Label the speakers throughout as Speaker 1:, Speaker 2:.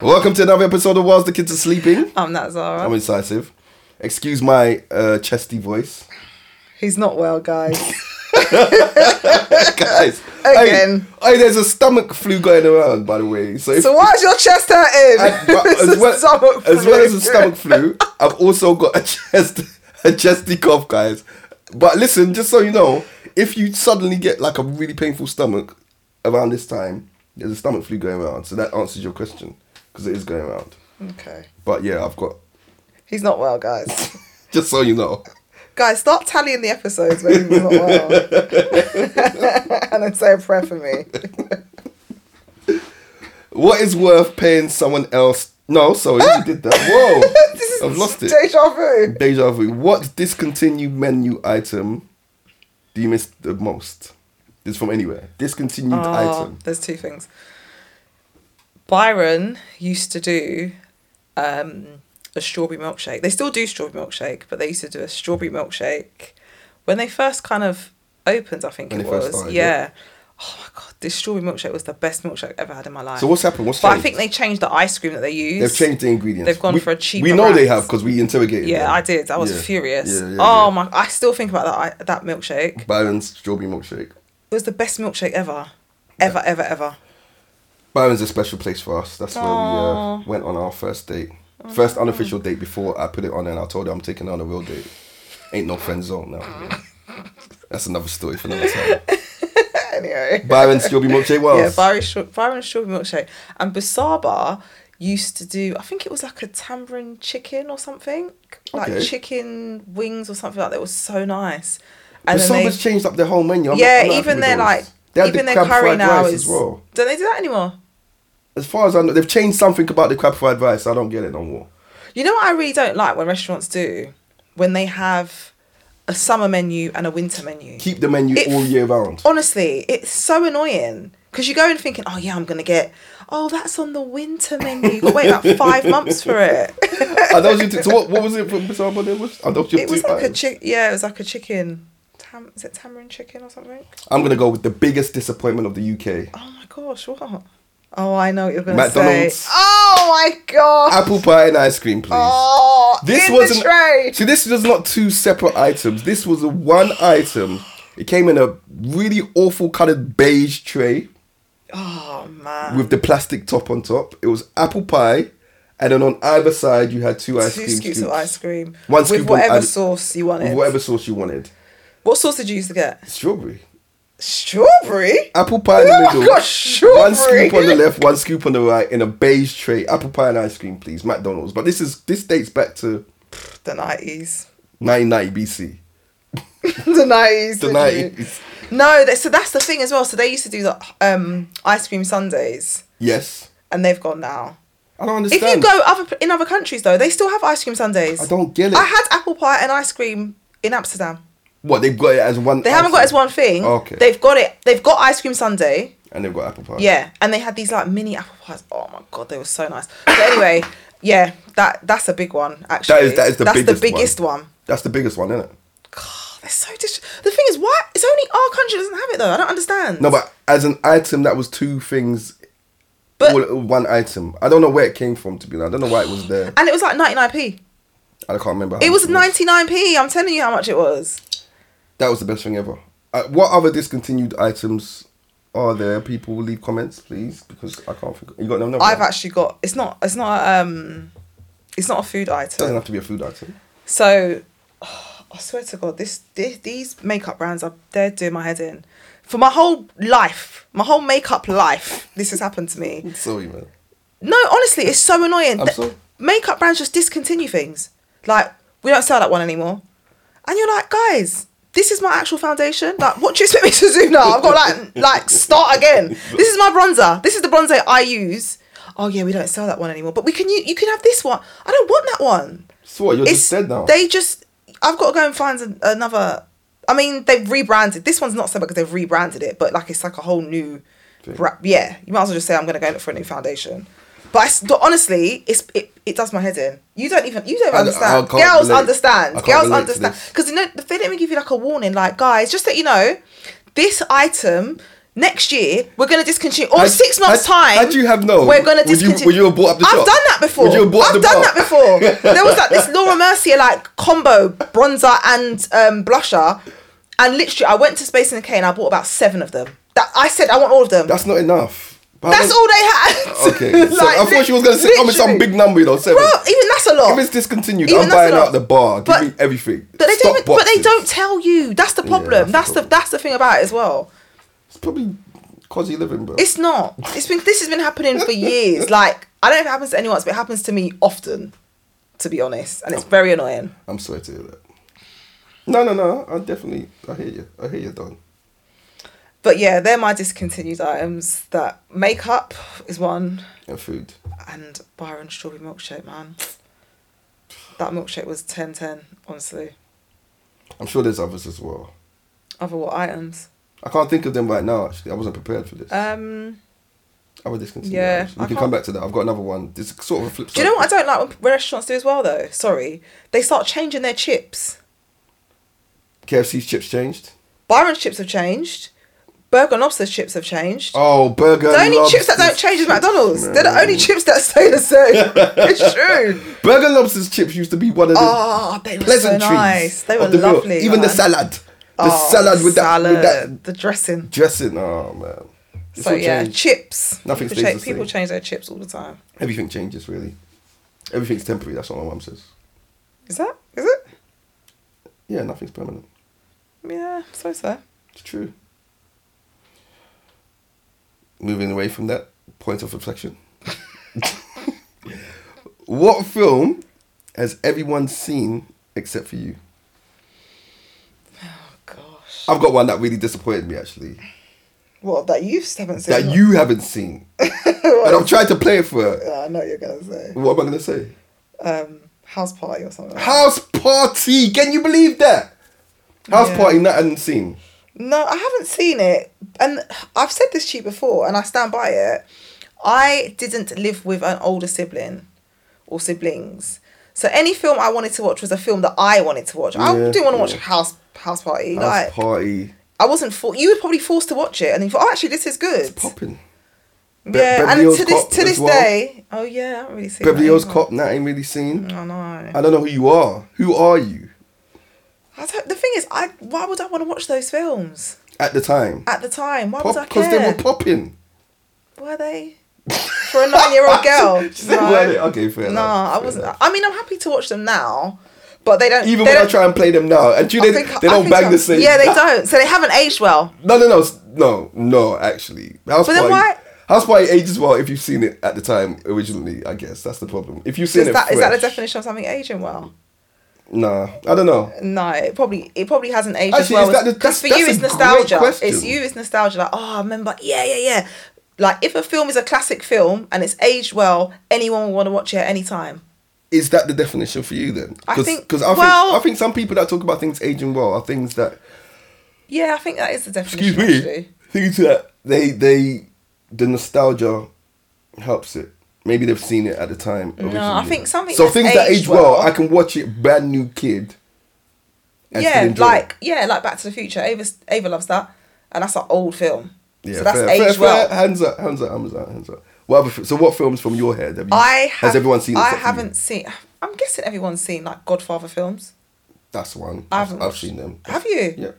Speaker 1: Welcome to another episode of Whilst the Kids Are Sleeping.
Speaker 2: I'm not Zara.
Speaker 1: I'm incisive. Excuse my uh, chesty voice.
Speaker 2: He's not well, guys.
Speaker 1: Guys.
Speaker 2: Again.
Speaker 1: Hey, hey, there's a stomach flu going around, by the way. So, if,
Speaker 2: so why's your chest hurting?
Speaker 1: I- but
Speaker 2: It's
Speaker 1: as,
Speaker 2: a
Speaker 1: well,
Speaker 2: stomach
Speaker 1: as well
Speaker 2: flu.
Speaker 1: as a stomach flu, I've also got a chest a chesty cough, guys. But listen, just so you know, if you suddenly get like a really painful stomach around this time, there's a stomach flu going around. So that answers your question because it is going around.
Speaker 2: Okay.
Speaker 1: But yeah, I've got.
Speaker 2: He's not well, guys.
Speaker 1: Just so you know.
Speaker 2: guys, start tallying the episodes when he's not well. and then say a prayer for me.
Speaker 1: What is worth paying someone else? No, sorry, we did that.
Speaker 2: Ah! This
Speaker 1: Whoa,
Speaker 2: is
Speaker 1: I've lost it.
Speaker 2: Deja vu.
Speaker 1: Deja vu. What discontinued menu item do you miss the most? This is from anywhere. Discontinued
Speaker 2: Oh,
Speaker 1: item.
Speaker 2: There's two things. Byron used to do um, a strawberry milkshake. They still do strawberry milkshake, but they used to do a strawberry milkshake when they first kind of opened. I think
Speaker 1: When
Speaker 2: it
Speaker 1: they first
Speaker 2: was.
Speaker 1: started,
Speaker 2: yeah. Oh my god, this strawberry milkshake was the best milkshake I've ever had in my life.
Speaker 1: So what's happened? What's
Speaker 2: but I
Speaker 1: changed?
Speaker 2: think they changed the ice cream that they used.
Speaker 1: They've changed the ingredients.
Speaker 2: They've gone
Speaker 1: we,
Speaker 2: for a cheaper
Speaker 1: We know they
Speaker 2: wrap.
Speaker 1: have because we interrogated.
Speaker 2: Yeah,
Speaker 1: them.
Speaker 2: I did. I was
Speaker 1: Yeah.
Speaker 2: furious.
Speaker 1: Yeah, yeah,
Speaker 2: oh
Speaker 1: yeah.
Speaker 2: my! I still think about that. I, that milkshake.
Speaker 1: Byron's strawberry milkshake.
Speaker 2: It was the best milkshake ever, ever, ever, ever.
Speaker 1: Byron's a special place for us. That's where we
Speaker 2: Aw.
Speaker 1: uh, went on our first date. First unofficial date before I put it on and I told her I'm taking her on a real date. Ain't no friend zone now. That's another story for another time.
Speaker 2: anyway.
Speaker 1: Byron Strawberry Milkshake Wells.
Speaker 2: Yeah, Byron, Stra- Byron Strawberry Milkshake. And Basaba used to do, I think it was like a tamarind chicken or something. Like
Speaker 1: Okay.
Speaker 2: chicken wings or something like that. It was so nice.
Speaker 1: But
Speaker 2: And then
Speaker 1: Sober's
Speaker 2: they,
Speaker 1: changed up their whole menu. I'm not-
Speaker 2: yeah,
Speaker 1: I'm not happy
Speaker 2: even
Speaker 1: with
Speaker 2: their
Speaker 1: those.
Speaker 2: like,
Speaker 1: They had the
Speaker 2: even their
Speaker 1: crab
Speaker 2: curry
Speaker 1: fried
Speaker 2: now
Speaker 1: rice
Speaker 2: is.
Speaker 1: as well.
Speaker 2: Don't they do that anymore?
Speaker 1: As far as I know, they've changed something about the crab fried rice. I don't get it no more.
Speaker 2: You know what I really don't like when restaurants do? When they have a summer menu and a winter menu.
Speaker 1: Keep the menu
Speaker 2: It-
Speaker 1: all year round.
Speaker 2: Honestly, it's so annoying because you go in thinking, "Oh yeah, I'm gonna get." Oh, that's on the winter menu. You've got to wait about five months for it.
Speaker 1: Are those your two, so what, what was it from Bizarre Body? Was, are those your
Speaker 2: it
Speaker 1: two
Speaker 2: was like a
Speaker 1: items?
Speaker 2: chick. Yeah, it was like a chicken. Tam- is it tamarind chicken or something?
Speaker 1: I'm going to go with the biggest disappointment of the UK.
Speaker 2: Oh my gosh, what? Oh, I know what you're gonna
Speaker 1: McDonald's.
Speaker 2: say. Oh my god.
Speaker 1: Apple pie and ice cream, please.
Speaker 2: oh,
Speaker 1: this
Speaker 2: in
Speaker 1: was
Speaker 2: the tray.
Speaker 1: See, this was not two separate items. This was a one item. It came in a really awful coloured beige tray.
Speaker 2: Oh man.
Speaker 1: with the plastic top on top. It was apple pie, and then on either side you had two ice
Speaker 2: Two
Speaker 1: cream
Speaker 2: scoops of ice cream.
Speaker 1: One
Speaker 2: with
Speaker 1: scoop on
Speaker 2: whatever
Speaker 1: either-
Speaker 2: sauce you
Speaker 1: with
Speaker 2: wanted.
Speaker 1: whatever sauce you wanted.
Speaker 2: What sauce did you used to get?
Speaker 1: Strawberry,
Speaker 2: Strawberry.
Speaker 1: apple pie in the
Speaker 2: Oh my
Speaker 1: middle.
Speaker 2: gosh,
Speaker 1: One
Speaker 2: strawberry.
Speaker 1: scoop on the left, one scoop on the right, in a beige tray. Apple pie and ice cream, please. McDonald's, but this is this dates back to
Speaker 2: The nineties.
Speaker 1: 1990 BC.
Speaker 2: the nineties.
Speaker 1: The 90s.
Speaker 2: No, that, so that's the thing as well. So they used to do the um, ice cream sundays,
Speaker 1: Yes,
Speaker 2: and they've gone now.
Speaker 1: I don't
Speaker 2: If
Speaker 1: understand.
Speaker 2: you go other in other countries though, they still have ice cream sundays.
Speaker 1: I don't get it.
Speaker 2: I had apple pie and ice cream in Amsterdam.
Speaker 1: what they've got it as one.
Speaker 2: They haven't got it as
Speaker 1: item,
Speaker 2: one thing.
Speaker 1: Oh, Okay.
Speaker 2: They've got it. They've got ice cream sundae.
Speaker 1: and they've got apple pie.
Speaker 2: Yeah, and they had these like mini apple pies. Oh my god, they were so nice. But anyway, yeah, that that's a big one actually.
Speaker 1: that is that is the
Speaker 2: that's
Speaker 1: biggest.
Speaker 2: the biggest one.
Speaker 1: That's the biggest one, isn't it?
Speaker 2: God, they're so dis- The thing is, why? It's only our country doesn't have it though. I don't understand.
Speaker 1: No, but as an item, that was two things.
Speaker 2: But-
Speaker 1: all, one item. I don't know where it came from. To be honest, I don't know why it was there.
Speaker 2: and it was like ninety nine p.
Speaker 1: I can't remember. How
Speaker 2: It
Speaker 1: much
Speaker 2: was 99p. I'm telling you how much it was.
Speaker 1: That was the best thing ever. Uh, what other discontinued items are there? People leave comments, please, because I can't think. You got no number.
Speaker 2: I've actually got it's not it's not um it's not a food
Speaker 1: doesn't
Speaker 2: item.
Speaker 1: have to be a food item.
Speaker 2: So I swear to god this, this these makeup brands are they're doing my head in. For my whole life, my whole makeup life, this has happened to me.
Speaker 1: Sorry, man.
Speaker 2: No, honestly, it's so annoying.
Speaker 1: I'm
Speaker 2: Th-
Speaker 1: sorry.
Speaker 2: Makeup brands just discontinue things. Like we don't sell that one anymore. And you're like, guys, this is my actual foundation. Like, what do you expect me to do now? I've got like, like start again. This is my bronzer. This is the bronzer I use. Oh yeah, we don't sell that one anymore. But we can you you can have this one. I don't want that one.
Speaker 1: So what? You're just dead now.
Speaker 2: They just. I've got to go and find an, another. I mean, they've rebranded. This one's not so bad because they've rebranded it, but like it's like a whole new.
Speaker 1: Thing.
Speaker 2: Bra- yeah, you might as well just say I'm gonna go look for a new foundation. But, I s but honestly, it's it, it does my head in. You don't even you don't
Speaker 1: I- I
Speaker 2: understand.
Speaker 1: can't
Speaker 2: Girls
Speaker 1: relate. I
Speaker 2: understand.
Speaker 1: can't
Speaker 2: Girls
Speaker 1: relate to
Speaker 2: understand
Speaker 1: this.
Speaker 2: because you know they didn't even give you like a warning. Like guys, just that you know, this item next year we're going to discontinue or
Speaker 1: Had-
Speaker 2: six months
Speaker 1: had-
Speaker 2: time
Speaker 1: had you have known,
Speaker 2: we're going to
Speaker 1: would you-
Speaker 2: discontinue
Speaker 1: would you have bought up the
Speaker 2: I've
Speaker 1: shop?
Speaker 2: done that before
Speaker 1: Would you have bought
Speaker 2: I've
Speaker 1: the
Speaker 2: done
Speaker 1: bar?
Speaker 2: that before there was like this Laura Mercier like combo bronzer and um, blusher and literally I went to Space and K and I bought about seven of them that I said I want all of them
Speaker 1: That's not enough. But how
Speaker 2: that's
Speaker 1: much-
Speaker 2: all they had
Speaker 1: Okay, so I thought she was gonna say, "Come with some
Speaker 2: literally.
Speaker 1: big number, you know, seven.
Speaker 2: bro even that's a lot
Speaker 1: if it's discontinued,
Speaker 2: Even
Speaker 1: I'm
Speaker 2: that's
Speaker 1: buying
Speaker 2: a lot.
Speaker 1: out the bar. Give
Speaker 2: But-
Speaker 1: me everything.
Speaker 2: but they
Speaker 1: Stock
Speaker 2: don't but they
Speaker 1: boxes.
Speaker 2: don't tell you that's the
Speaker 1: that's the
Speaker 2: problem that's, the
Speaker 1: problem.
Speaker 2: that's the thing about it as well
Speaker 1: It's probably cosy living, bro.
Speaker 2: It's not. It's been this has been happening for years. Like I don't know if it happens to anyone else, but it happens to me often, to be honest, and it's very annoying.
Speaker 1: I'm sorry to hear that. No, no, no. I definitely. I hear you. I hear you, Don.
Speaker 2: But yeah, they're my discontinued items. That makeup is one,
Speaker 1: And food.
Speaker 2: and bar and strawberry milkshake, man. That milkshake was 10-10, honestly.
Speaker 1: I'm sure there's others as well.
Speaker 2: Other what items?
Speaker 1: I can't think of them right now. Actually, I wasn't prepared for this.
Speaker 2: Um,
Speaker 1: I would discontinue.
Speaker 2: yeah,
Speaker 1: Yeah, we
Speaker 2: I
Speaker 1: can come
Speaker 2: can't-
Speaker 1: back to that. I've got another one. This is sort of a flip.
Speaker 2: do you know what I don't like when restaurants do as well though? Sorry, they start changing their chips.
Speaker 1: KFC's chips changed.
Speaker 2: Byron's chips have changed. Burger and lobster chips have changed.
Speaker 1: Oh, burger.
Speaker 2: The only
Speaker 1: lobster
Speaker 2: chips that don't change is
Speaker 1: chips,
Speaker 2: McDonald's. They're the
Speaker 1: man.
Speaker 2: only chips that stay the same. it's true.
Speaker 1: Burger and lobster's chips used to be one of the
Speaker 2: Oh, they were so
Speaker 1: pleasantries.
Speaker 2: nice. They were
Speaker 1: of the meal.
Speaker 2: lovely.
Speaker 1: Even the
Speaker 2: man.
Speaker 1: salad. The
Speaker 2: Oh,
Speaker 1: salad with that, with that
Speaker 2: salad, the dressing.
Speaker 1: dressing. Oh man. It's
Speaker 2: So
Speaker 1: all
Speaker 2: yeah,
Speaker 1: changed.
Speaker 2: chips.
Speaker 1: Nothing
Speaker 2: people
Speaker 1: stays
Speaker 2: change,
Speaker 1: the
Speaker 2: people
Speaker 1: same.
Speaker 2: change their chips all the time.
Speaker 1: everything changes really. Everything's temporary. That's what my mum says.
Speaker 2: Is that? Is it?
Speaker 1: Yeah, nothing's permanent.
Speaker 2: Yeah, so so.
Speaker 1: It's true. Moving away from that point of reflection. what film has everyone seen except for you?
Speaker 2: Oh gosh.
Speaker 1: I've got one that really disappointed me actually.
Speaker 2: What that you just haven't seen?
Speaker 1: That you haven't seen. and I've tried to play it for her.
Speaker 2: Yeah, I know what you're gonna say.
Speaker 1: What am I going to say?
Speaker 2: Um, house party or something. like that.
Speaker 1: House party. Can you believe that? House
Speaker 2: Yeah.
Speaker 1: party not unseen.
Speaker 2: No, I haven't seen it. And I've said this to you before, and I stand by it. I didn't live with an older sibling or siblings. So any film I wanted to watch was a film that I wanted to watch. I
Speaker 1: Yeah,
Speaker 2: didn't want to watch
Speaker 1: yeah.
Speaker 2: House House Party.
Speaker 1: House
Speaker 2: like
Speaker 1: party
Speaker 2: I wasn't for you were probably forced to watch it and you thought, oh actually this is good.
Speaker 1: popping. Be-
Speaker 2: yeah,
Speaker 1: Beverly
Speaker 2: and
Speaker 1: Hills
Speaker 2: to this
Speaker 1: Cop
Speaker 2: to
Speaker 1: as
Speaker 2: this
Speaker 1: well.
Speaker 2: day. Oh yeah, I haven't really seen
Speaker 1: Beverly
Speaker 2: that Oh,
Speaker 1: Hills
Speaker 2: either.
Speaker 1: Cop. That ain't really seen.
Speaker 2: I know.
Speaker 1: I don't know who you are. Who are you
Speaker 2: I don't, the thing is, I why would I want to watch those films
Speaker 1: at the time?
Speaker 2: at the time? Why would I care?
Speaker 1: Because they were popping.
Speaker 2: Were they? For a nine year old girl.
Speaker 1: She said, "Were they?" Okay, fair
Speaker 2: No,
Speaker 1: enough,
Speaker 2: Oh, I
Speaker 1: fair
Speaker 2: wasn't.
Speaker 1: enough.
Speaker 2: I mean, I'm happy to watch them now, but they don't.
Speaker 1: Even
Speaker 2: they
Speaker 1: when I
Speaker 2: don't-
Speaker 1: try and play them now, and you
Speaker 2: I
Speaker 1: they,
Speaker 2: think-
Speaker 1: they
Speaker 2: I
Speaker 1: don't
Speaker 2: think
Speaker 1: bang
Speaker 2: I'm-
Speaker 1: the same.
Speaker 2: Yeah, they don't. So they haven't aged well.
Speaker 1: No, no, no, s- no, no. Actually, House
Speaker 2: But then
Speaker 1: Party.
Speaker 2: why-
Speaker 1: House Party ages well if you've seen it at the time originally. I guess that's the problem. If you've
Speaker 2: So
Speaker 1: seen
Speaker 2: is
Speaker 1: it,
Speaker 2: that is that the
Speaker 1: fresh-
Speaker 2: definition of something aging well?
Speaker 1: Nah, I don't know.
Speaker 2: No, it probably it probably hasn't aged
Speaker 1: Actually,
Speaker 2: as
Speaker 1: is
Speaker 2: well.
Speaker 1: that the- that's-
Speaker 2: Because for you,
Speaker 1: that's
Speaker 2: it's
Speaker 1: a great
Speaker 2: nostalgia.
Speaker 1: question.
Speaker 2: It's you, it's nostalgia. Like, oh, I remember. Yeah, yeah, yeah. Like, if a film is a classic film and it's aged well, anyone will want to watch it at any time.
Speaker 1: is that the definition for you then?
Speaker 2: I
Speaker 1: Cause,
Speaker 2: think-
Speaker 1: 'cause I,
Speaker 2: well-
Speaker 1: think, I think some people that talk about things aging well are things that
Speaker 2: Yeah, I think that is the definition.
Speaker 1: excuse me
Speaker 2: Actually.
Speaker 1: things that they they the nostalgia helps it. Maybe they've seen it at the time. Originally.
Speaker 2: I think something
Speaker 1: so
Speaker 2: that's
Speaker 1: things that
Speaker 2: aged
Speaker 1: age well,
Speaker 2: well-
Speaker 1: I can watch it brand new kid. and still
Speaker 2: yeah,
Speaker 1: enjoy it.
Speaker 2: like yeah, like Back to the Future. Ava Ava loves that, and that's an old film.
Speaker 1: yeah,
Speaker 2: so that's
Speaker 1: fair,
Speaker 2: aged
Speaker 1: fair,
Speaker 2: well.
Speaker 1: fair. Hands up, hands up, hands up, hands up. What other, fi- so what films from your head? Have you,
Speaker 2: I have,
Speaker 1: has everyone seen?
Speaker 2: I
Speaker 1: except for you?
Speaker 2: haven't seen. I'm guessing everyone's seen like Godfather films.
Speaker 1: That's one.
Speaker 2: I
Speaker 1: I've,
Speaker 2: haven't.
Speaker 1: I've
Speaker 2: watched-
Speaker 1: seen them.
Speaker 2: Have you?
Speaker 1: Yeah,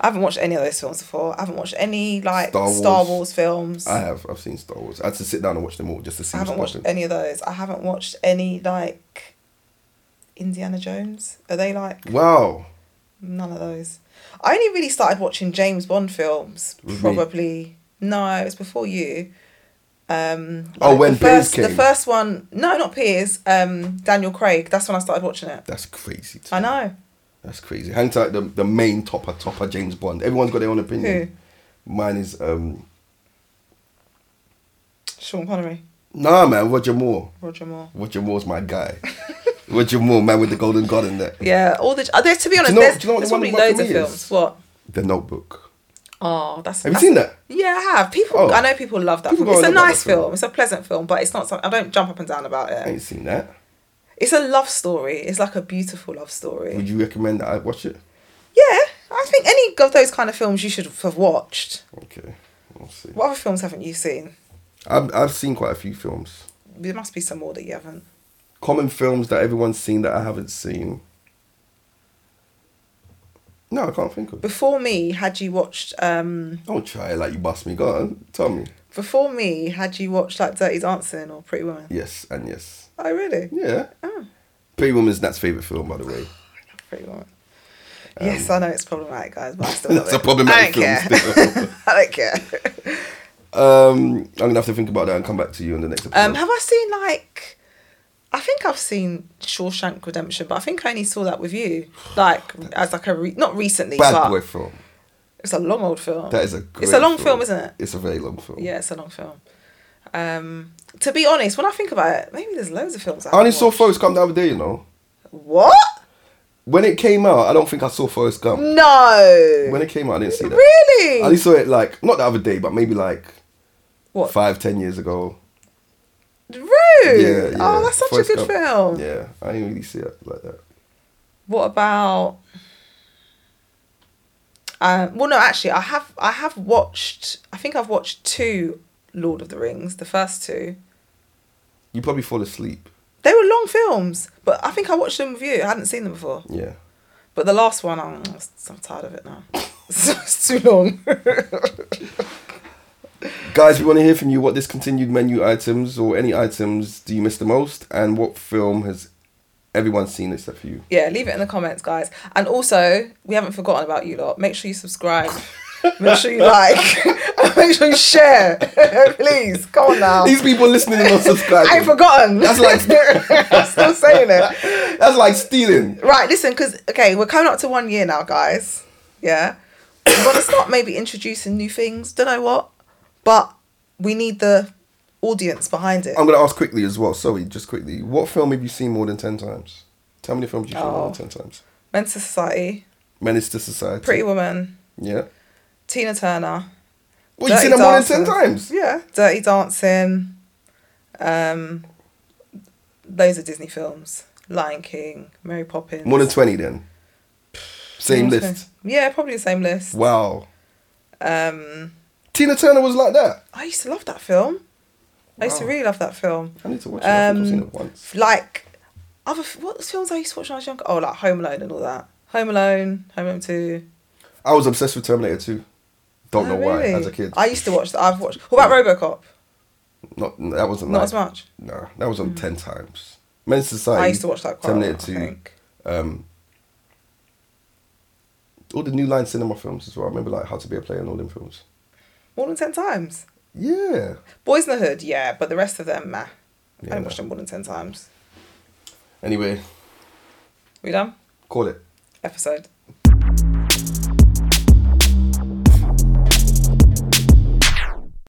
Speaker 2: I haven't watched any of those films before. I haven't watched any like Star
Speaker 1: Star
Speaker 2: Wars,
Speaker 1: Wars.
Speaker 2: films.
Speaker 1: I have. I've seen Star Wars. I had to sit down and watch them all just to see.
Speaker 2: I haven't
Speaker 1: what's
Speaker 2: watched
Speaker 1: happening.
Speaker 2: any of those. I haven't watched any like Indiana Jones. Are they like
Speaker 1: Wow.
Speaker 2: none of those? I only really started watching James Bond films
Speaker 1: With me.
Speaker 2: probably. No, it was before you. Um,
Speaker 1: Oh, when
Speaker 2: the first,
Speaker 1: Piers
Speaker 2: The
Speaker 1: came.
Speaker 2: first one, no, not Piers. Um, Daniel Craig. That's when I started watching it.
Speaker 1: That's crazy. to
Speaker 2: I
Speaker 1: me.
Speaker 2: know.
Speaker 1: That's crazy. Hang tight. The, the main topper, topper James Bond. Everyone's got their own opinion. Mine is um
Speaker 2: Sean Connery,
Speaker 1: nah, man. Roger Moore.
Speaker 2: Roger Moore.
Speaker 1: Roger Moore's my guy. Roger Moore, man with the golden god in there.
Speaker 2: Yeah, all the uh, there's to be honest,
Speaker 1: know-
Speaker 2: there's,
Speaker 1: do you know what
Speaker 2: there's
Speaker 1: the one
Speaker 2: probably
Speaker 1: that worked
Speaker 2: loads
Speaker 1: for
Speaker 2: of
Speaker 1: me is?
Speaker 2: films. What?
Speaker 1: The Notebook.
Speaker 2: Oh, that's.
Speaker 1: Have you
Speaker 2: that's-
Speaker 1: seen that?
Speaker 2: Yeah, I have. People,
Speaker 1: Oh.
Speaker 2: I know people love that.
Speaker 1: People
Speaker 2: film.
Speaker 1: go
Speaker 2: It's a
Speaker 1: on about
Speaker 2: nice
Speaker 1: that film.
Speaker 2: film. It's a pleasant film, but it's not. Something, I don't jump up and down about
Speaker 1: I
Speaker 2: it.
Speaker 1: ain't seen that.
Speaker 2: It's a love story. It's like a beautiful love story.
Speaker 1: Would you recommend that I watch it?
Speaker 2: Yeah, I think any of those kind of films you should have watched.
Speaker 1: Okay. see.
Speaker 2: What other films haven't you seen?
Speaker 1: I've, I've seen quite a few films.
Speaker 2: There must be some more that you haven't.
Speaker 1: Common films that everyone's seen that I haven't seen. No, I can't think of.
Speaker 2: Before me, had you watched um
Speaker 1: Don't try it like you bust me. Go on, tell me.
Speaker 2: before me, had you watched like Dirty Dancing or Pretty Woman?
Speaker 1: Yes and yes.
Speaker 2: Oh really?
Speaker 1: Yeah.
Speaker 2: Oh,
Speaker 1: Pretty Woman's Nat's favourite film, by the way.
Speaker 2: I love Pretty Woman. yes, I know it's problematic, guys, but I still love
Speaker 1: That's Um, a
Speaker 2: it.
Speaker 1: problematic
Speaker 2: I don't
Speaker 1: film.
Speaker 2: care.
Speaker 1: still.
Speaker 2: I don't care.
Speaker 1: um, I'm gonna have to think about that and come back to you in the next episode.
Speaker 2: Um, have I seen like? I think I've seen Shawshank Redemption, but I think I only saw that with you, like as like a re- not recently,
Speaker 1: Bad
Speaker 2: but
Speaker 1: boy film.
Speaker 2: it's a long old film.
Speaker 1: That is a.
Speaker 2: it's a
Speaker 1: great
Speaker 2: long film, isn't it?
Speaker 1: It's a very long film.
Speaker 2: Yeah, it's a long film. Um, to be honest, when I think about it, maybe there's loads of films. I,
Speaker 1: I only
Speaker 2: haven't
Speaker 1: saw
Speaker 2: watched.
Speaker 1: Forrest Gump the other day. You know,
Speaker 2: What?
Speaker 1: when it came out, I don't think I saw Forrest Gump.
Speaker 2: No.
Speaker 1: When it came out, I didn't see that.
Speaker 2: Really?
Speaker 1: I only saw it like not the other day, but maybe like
Speaker 2: what?
Speaker 1: five, ten years ago.
Speaker 2: Rude.
Speaker 1: Yeah, yeah.
Speaker 2: Oh, that's such
Speaker 1: Forrest
Speaker 2: a good
Speaker 1: Gump.
Speaker 2: film.
Speaker 1: Yeah, I didn't really see it like that.
Speaker 2: What about? Um, well, no, actually, I have. I have watched. I think I've watched two Lord of the Rings. The first two.
Speaker 1: You probably fall asleep.
Speaker 2: They were long films, but I think I watched them with you. I hadn't seen them before.
Speaker 1: Yeah.
Speaker 2: But the last one, I'm, I'm tired of it now. it's too long.
Speaker 1: Guys, we want to hear from you what discontinued menu items or any items do you miss the most and what film has everyone seen except for you?
Speaker 2: yeah, leave it in the comments, guys. And also, we haven't forgotten about you lot. Make sure you subscribe. Make sure you like. and make sure you share. Please, come on now.
Speaker 1: These people listening and not
Speaker 2: I ain't
Speaker 1: subscribing.
Speaker 2: forgotten.
Speaker 1: That's like-
Speaker 2: I'm still saying it.
Speaker 1: That's like stealing.
Speaker 2: Right, listen, because okay, we're coming up to one year now, guys. Yeah, we want to start maybe introducing new things. Don't know what, but we need the audience behind it.
Speaker 1: I'm going to ask quickly as well. Sorry, just quickly. What film have you seen more than 10 times? Tell me the films you've seen
Speaker 2: Oh.
Speaker 1: more than 10 times.
Speaker 2: Men's Society,
Speaker 1: Menace to Society.
Speaker 2: Pretty Woman,
Speaker 1: Yeah.
Speaker 2: Tina Turner.
Speaker 1: Well, you've
Speaker 2: Dirty
Speaker 1: seen them more than
Speaker 2: Dancing.
Speaker 1: 10 times.
Speaker 2: Yeah, Dirty Dancing. Um, those are Disney films. Lion King, Mary Poppins.
Speaker 1: More than 20 then. Same
Speaker 2: More than
Speaker 1: list.
Speaker 2: twenty. Yeah, probably the same list.
Speaker 1: Wow.
Speaker 2: Um,
Speaker 1: Tina Turner was like that.
Speaker 2: I used to love that film. I used to
Speaker 1: Wow.
Speaker 2: really love that film.
Speaker 1: I need to watch it. I think I've seen
Speaker 2: Um,
Speaker 1: it once.
Speaker 2: like other f- what films I used to watch when I was younger. Oh, like Home Alone and all that. Home Alone, Home Alone Two.
Speaker 1: I was obsessed with Terminator 2. Don't
Speaker 2: Oh,
Speaker 1: know why
Speaker 2: really?
Speaker 1: as a kid.
Speaker 2: I used to watch that. I've watched. What about RoboCop?
Speaker 1: Not that wasn't
Speaker 2: Not
Speaker 1: like-
Speaker 2: as much. Hmm.
Speaker 1: No, that was on ten times. Men's Society.
Speaker 2: I used to watch that quite a
Speaker 1: Terminator
Speaker 2: lot. I think.
Speaker 1: Um, all the New Line Cinema films as well. I remember like How to Be a Player and all them films.
Speaker 2: More than ten times.
Speaker 1: Yeah.
Speaker 2: Boys in the Hood, yeah, but the rest of them, nah. I
Speaker 1: Yeah,
Speaker 2: don't
Speaker 1: nah.
Speaker 2: watch them more than ten times.
Speaker 1: Anyway,
Speaker 2: We done?
Speaker 1: call it.
Speaker 2: Episode.